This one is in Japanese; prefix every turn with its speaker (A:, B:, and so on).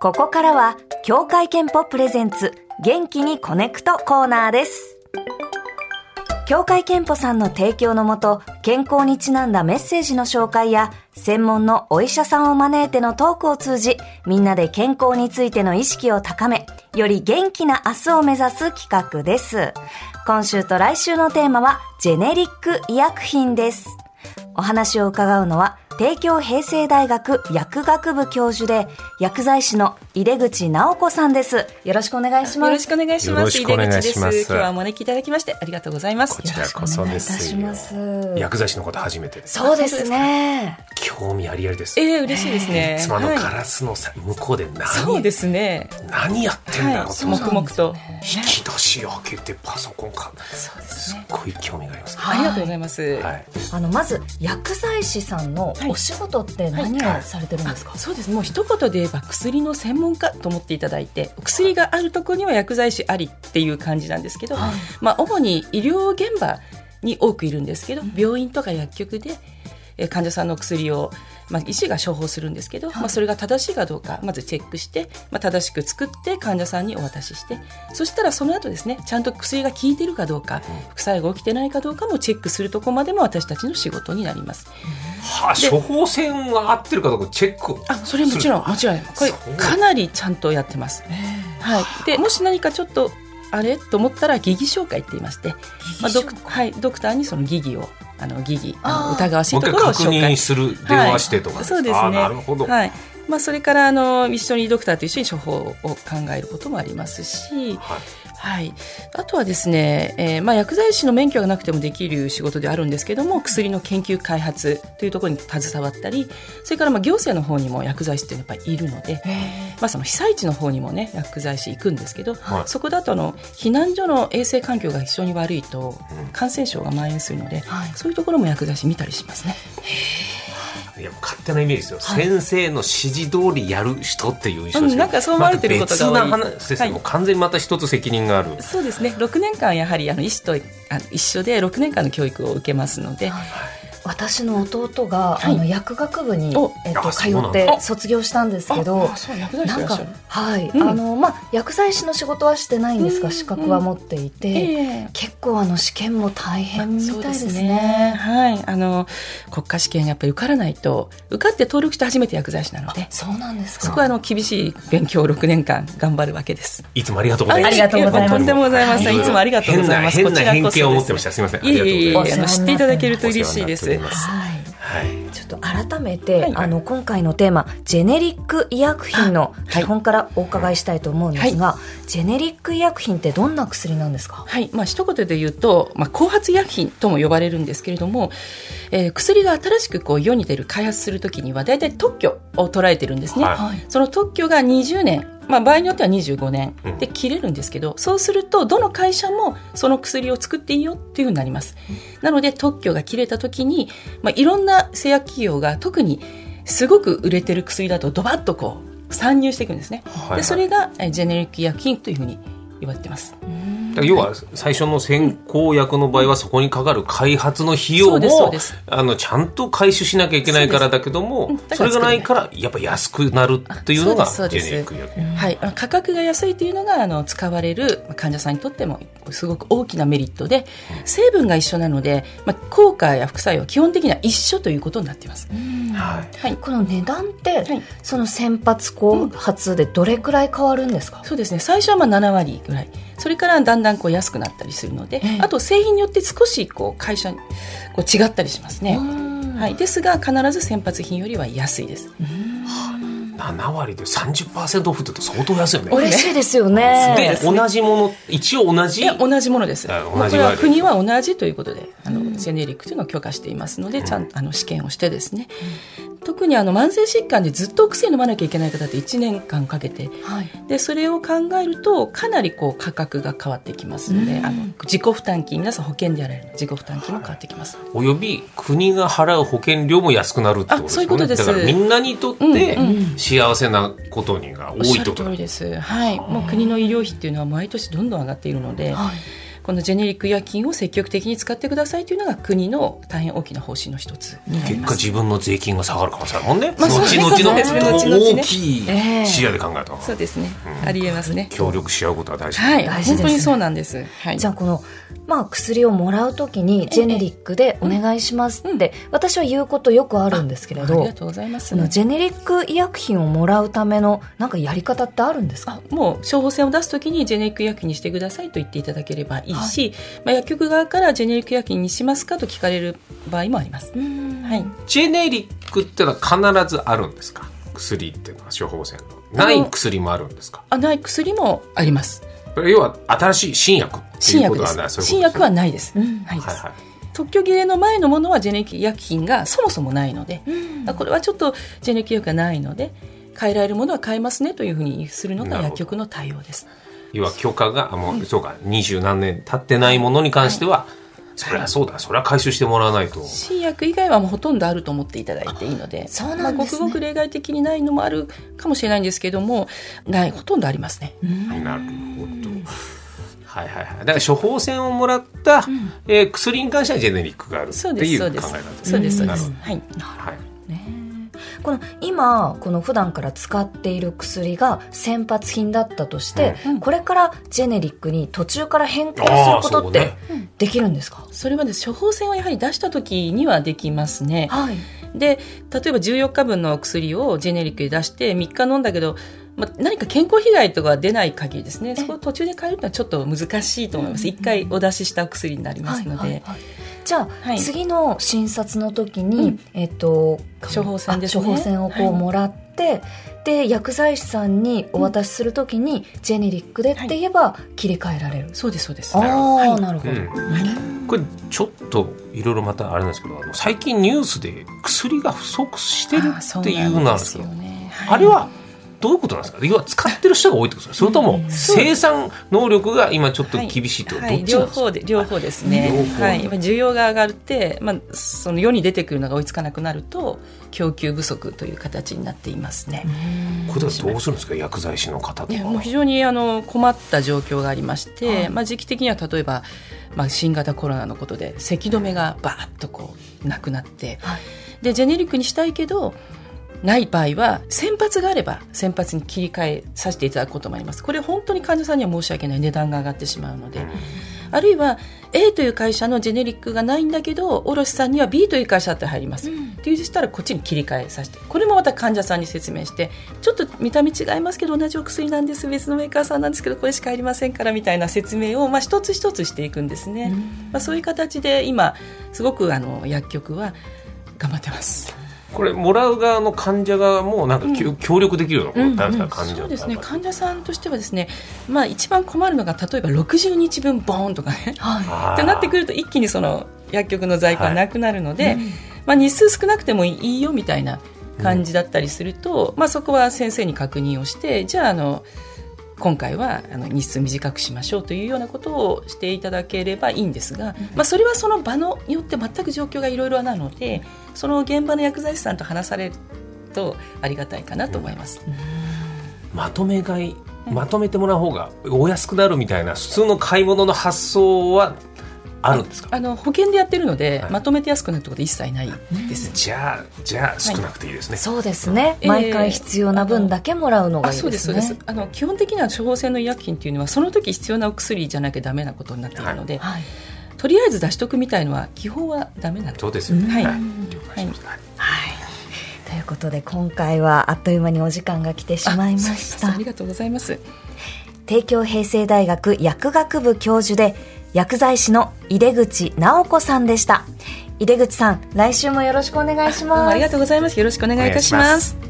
A: ここからは、協会憲法プレゼンツ、元気にコネクトコーナーです。協会憲法さんの提供のもと、健康にちなんだメッセージの紹介や、専門のお医者さんを招いてのトークを通じ、みんなで健康についての意識を高め、より元気な明日を目指す企画です。今週と来週のテーマは、ジェネリック医薬品です。お話を伺うのは、帝京平成大学薬学部教授で、薬剤師の井出口直子さんです。よろしくお願いします。
B: よろしくお願いしま
C: よろ
B: す。
C: しくお願い
B: 井出
C: し
B: 口
C: ます
B: です。今日はお招きいただきましてありがとうございます。
C: こちらこそです
A: よ
C: よ
A: ろしくお願いいたします
C: 薬剤師の方初めてです
A: そうですね。
C: 興味ありありです
B: えー、嬉しいですね。
C: 妻の
B: はい
C: ガラスのさ向こうで何,、
B: そうですね。
C: 何やってんだろうと思っ
B: 黙
C: て、
B: 々と。
C: 引き出し開けてパソコンか
B: そうです
C: すっ
B: ね。
C: ごい興味があります、
B: ありがとうございます。
C: はい、
A: あのまず薬剤師さんのお仕事って何をされてるんですか。
B: そうですもう一言で言えば薬の専門家と思っていただいてお薬があるところには薬剤師ありっていう感じなんですけど、
C: はい
B: まあ、主に医療現場に多くいるんですけど病院とか薬局でえー患者さんの薬を、まあ、医師が処方するんですけど、まあ、それが正しいかどうかまずチェックして、まあ、正しく作って患者さんにお渡ししてそしたらその後ですねちゃんと薬が効いてるかどうか副作用が起きてないかどうかもチェックするところまでも私たちの仕事になります。
C: はあ
B: で
C: 処方箋が合ってるかどうかチェックを
B: あそれもちろんもちろんこれ
C: そう
B: かなりちゃんとやってます、はい、でもし何かちょっとあれと思ったら疑義紹介って言いまして、まあ、ドクはい、ドクターにその疑義をあの疑義あ
A: あ
B: の
A: ー
B: 疑わし
C: も
B: いうと
C: 一回
B: ころを
C: 確
B: 紹
C: 認
B: 介
C: する電話してとか、
B: はいそうですね
C: あなるほど、
B: はいまあ、それからあの一緒にドクターと一緒に処方を考えることもありますし、
C: はい
B: はい、あとはですね、えーまあ、薬剤師の免許がなくてもできる仕事であるんですけども薬の研究開発というところに携わったりそれからまあ行政の方にも薬剤師っていうのはやっぱりいるので、まあ、その被災地の方にもね薬剤師行くんですけど、
C: はい
B: そこだとあの避難所の衛生環境が非常に悪いと
C: うん
B: 感染症が蔓延するので、
A: はい
B: そういうところも薬剤師見たりしますね。
C: いやもう勝手なイメージですよ、先生の指示通りやる人っていう印象ですけど
B: うんなんかそう思われてることが多い
C: また別な話ですね、
B: はい
C: もう完全にまた一つ責任がある
B: そうですね6年間やはりあの医師とあの一緒で6年間の教育を受けますので、
A: 私の弟が、
B: は
A: あ
B: い
A: の薬学部に
B: お
A: えっと
C: あ
A: 通
C: そうな
A: っ
C: ん
A: て
C: だ
A: 卒業したんですけど
B: あ。そう薬剤師
A: ないん
B: らっ
A: か
B: しゃる
A: はい、
B: うん
A: あのまあ薬剤師の仕事はしてないんですが、
B: うん
A: 資格は持っていて、
B: ええ
A: 結構あの試験も大変みたいです
B: そう
A: ね。
B: はい、あの国家試験やっぱり受からないと、受かって登録して初めて薬剤師なので、
A: そうなんです
B: そ
A: か
B: こ。はあの厳しい勉強を6年間頑張るわけです。
C: いつもありがとうございます。
A: ありがとうございます
C: 本当に
B: とんでもございませんいつもありがとうございます
C: 変な変な
B: こちらこそ
C: 偏見を持ってました。すみません。あ
B: いえ
C: り
B: い
C: がとう
B: えい
C: ござ
B: え
C: いま
B: あの
C: す。
B: 知っていただけると嬉しいで
C: お世
B: す
C: 話に。なっております
A: はい。
C: はい。
A: ちょっと改めて、
B: はい
A: あの今回のテーマジェネリック医薬品の基本からお伺いしたいと思うんですが、ジェネリック医薬品ってどんな薬なんですか
B: はい、まあ一言で言うと、まあ、後発医薬品とも呼ばれるんですけれども、えー薬が新しくこう世に出る開発するときには大体特許を捉えてるんですね、
C: はい
A: はい
B: その特許が20年、まあ、場合によっては25年で切れるんですけど、そうするとどの会社もその薬を作っていいよっていうふうになります、なので特許が切れた時に、まあ、いろんな製薬企業が特にすごく売れてる薬だとドバッとこう参入していくんですね、
C: はいはい
B: でそれがえジェネリック医薬品というふうに言われてます
C: だから要は最初の先行薬の場合はそこにかかる開発の費用
B: そうですそう
C: も
B: です
C: あのちゃんと回収しなきゃいけないからだけど
B: そう
C: も
B: ですうんだか
C: そ
B: ら
C: れがないからやっぱ安くなるっていうのが
B: あそう
C: ジ
B: で
C: ェ
B: す
C: ネ
B: そう
C: リ
B: で
C: ッ
B: す
C: ク薬。
B: はい、あの価格が安いというのがあの使われるまあ患者さんにとってもすごく大きなメリットで成分が一緒なので、まあ、効果や副作用は基本的には一緒ということになっています。
C: はい。
B: はい
A: この値段って、
B: はい
A: その先発後発でどれくらい変わるんですか、
B: そうですね最初はまあ7割ぐらいそれからだんだんこう安くなったりするので、
A: ええ
B: あと製品によって少しこう会社にこう違ったりしますね、
A: は
B: はい、ですが必ず先発品よりは安いです、
C: 7割で30%オフって言うと相当安いよね。
A: 嬉しいですよね
B: そう
C: で
B: ですね
C: 同じもの一応同じ
B: いや同じものです
C: あ同じ
B: まあこれは国
C: 割合
B: は同じということであの、ジェネリックというのを許可していますのでちゃんとあの試験をしてですね、特にあの慢性疾患でずっとお薬飲まなきゃいけない方って1年間かけて
A: はい
B: でそれを考えるとかなりこう価格が変わってきますので、あの自己負担金皆さん保険でやられる自己負担金も変わってきます、
C: および国が払う保険料も安くなるってことですよね
B: あそういうことです
C: だからみんなにとって
B: うん
C: 幸せなことにが多
B: おっし
C: い
B: ゃ
C: っ
B: る
C: てこと
B: 通
C: だ
B: りです、はい、もう国の医療費っていうのは毎年どんどん上がっているので、
A: はい
B: このジェネリック医薬品を積極的に使ってくださいというのが国の大変大きな方針の一つになり
C: 結
B: ま
C: 果
B: す。
C: 自分の税金が下がる可能性あるもんね、
B: まあ
C: 後々
B: そう
C: の
B: ですね
C: 大きい視野で考えたら、
B: そうですね、ありえますね。
C: 協力し合うことは大事、
B: はい、
A: 大事ですね
B: 本当にそうなんです。はい
A: じゃあこの、まあ、薬をもらうときにジェネリックでお願いしますって私は言うことよくあるんですけれ
B: あり
A: ど
B: がとうございます
A: そ。のジェネリック医薬品をもらうためのなんかやり方ってあるんですか
B: あもう処方箋を出すときにジェネリック医薬品にしてくださいと言っていただければいいし、まあ、薬局側からジェネリック医薬品にしますかと聞かれる場合もあります。はい、
C: ジェネリックってのは必ずあるんですか薬っていうのは処方箋のない薬もあるんですか
B: あない薬もあります。
C: 要は新しい新薬って
B: 新
C: いうこ
B: 薬で
C: とはない
B: す。新薬は
C: ない
B: ないです。
A: うん
B: ないです
C: はいはい
B: 特許切れの前のものはジェネリック医薬品がそもそもないので、まあこれはちょっとジェネリック医薬がないので変えられるものは変えますねというふうにするのが
C: なるほど
B: 薬局の対応です。
C: 要は許可があもう、そうか二十何年経ってないものに関しては、そりゃそうだそりゃ回収してもらわないと
B: 新薬以外はもうほとんどあると思っていただいていいので
A: そうなんですね
B: まあ、ごくごく例外的にないのもあるかもしれないんですけどもないほとんどありますね。
C: なるほどはいはいはいだから処方箋をもらった、えー薬に関してはジェネリックがあるって
B: そうです
C: いう
B: そ
C: 考
B: う
C: え
B: で
C: 方
B: す
C: です
B: そう
C: ね
B: ですそう
C: な
B: で
C: る
B: す
C: ほど
B: はい
C: はい
A: ねえこの今この普段から使っている薬が先発品だったとして、
B: うん
A: これからジェネリックに途中から変更する
C: あー
A: ことっ
C: そう
A: て
C: ね
A: できるんですか、
B: それはです処方箋をやはり出した時にはできますね。
A: はい、
B: で例えば14日分の薬をジェネリックで出して3日飲んだけど、まあ、何か健康被害とか出ない限りですねそこを途中で変えるのはちょっと難しいと思います1回お出ししたお薬になりますの
A: はいはい
B: で
A: はいじゃあ、
B: はい
A: 次の診察の時に、
B: うん
A: えっと
B: 処方箋ですね
A: あ処方箋をこ
B: は
A: う
B: い
A: もらって、で薬剤師さんにお渡しするときに、ジェネリックでって言えば切り替えられる、
B: そうですそうです。
A: あ
B: は
A: あ、
B: い
A: なるほど、
C: うん、これちょっといろいろまたあれなんですけどあの最近ニュースで薬が不足してる
B: あそ
C: っていう
B: な
C: のなんん
B: で
C: です
B: す
C: け
B: よ
C: ど
B: ね。
C: あれはどういうことなんですか要は使ってる人が多いってことですかそれとも生産能力が今ちょっと厳しいってこと、
B: はい、
C: どっちな
B: 両
C: んですか、
B: 方で両方ですね
C: 両方
B: はい、やっぱり需要が上がって、まあ、その世に出てくるのが追いつかなくなると供給不足という形になっていますね。
C: これはどうするんですか薬剤師の方と
B: い
C: か
B: やもう非常にあの困った状況がありまして、まあ、時期的には例えば、まあ、新型コロナのことで咳止めがバーッとこうなくなって、
A: はい
B: でジェネリックにしたいけどない場合は先発があれば先発に切り替えさせていただくこともありますこれ本当に患者さんには申し訳ない値段が上がってしまうので、あるいは A という会社のジェネリックがないんだけど卸さんには B という会社って入ります、っていうしたらこっちに切り替えさせてこれもまた患者さんに説明してちょっと見た目違いますけど同じお薬なんです別のメーカーさんなんですけどこれしかありませんからみたいな説明を、まあ、一つ一つしていくんですね、まあ、そういう形で今すごくあの薬局は頑張ってます
C: これもらう側の患者側もなんかきゅ、協力できるようなことってあるんですか、患者
B: そ
C: の
B: うですね
C: 方
B: 患者さんとしてはですね、まあ、一番困るのが例えば60日分ボーンとかね
C: あー
B: ってなってくると一気にその薬局の在庫がなくなるので、まあ、日数少なくてもいいよみたいな感じだったりすると、まあ、そこは先生に確認をしてじゃああの今回はあの日数短くしましょうというようなことをしていただければいいんですが、まあ、それはその場のによって全く状況がいろいろなのでその現場の薬剤師さんと話されるとありがたいかなと思います。
C: まとめ買いまとめてもらう方がお安くなるみたいな普通の買い物の発想はあるんですか、
B: あの保険でやってるので、
C: はい
B: まとめて安くなるってことは一切ないです。
C: じゃあじゃあ少なくていいですね、
A: そうですね、
B: えー
A: 毎回必要な分だけもらうのが
B: あ
A: いい
B: そう
A: で
B: で
A: す
B: すそう
A: ね
B: ですあの基本的には処方箋の医薬品っていうのはその時必要なお薬じゃなきゃダメなことになっているので、
A: はい
B: とりあえず出しとくみたいのは基本はダメなの
C: そうですよね、
B: はい
C: 了解しました、はい
A: はい。ということで今回はあっという間にお時間が来てしまいまし
B: あ
A: た
B: あり。がとうございます
A: 帝京平成大学薬学部教授で薬剤師の井出口直子さんでした。井出口さん、来週もよろしくお願いし
B: どうも
A: ま
B: あ
A: す
B: りが。とうございますよろしくお願いいたし
C: お願
B: ま
C: いします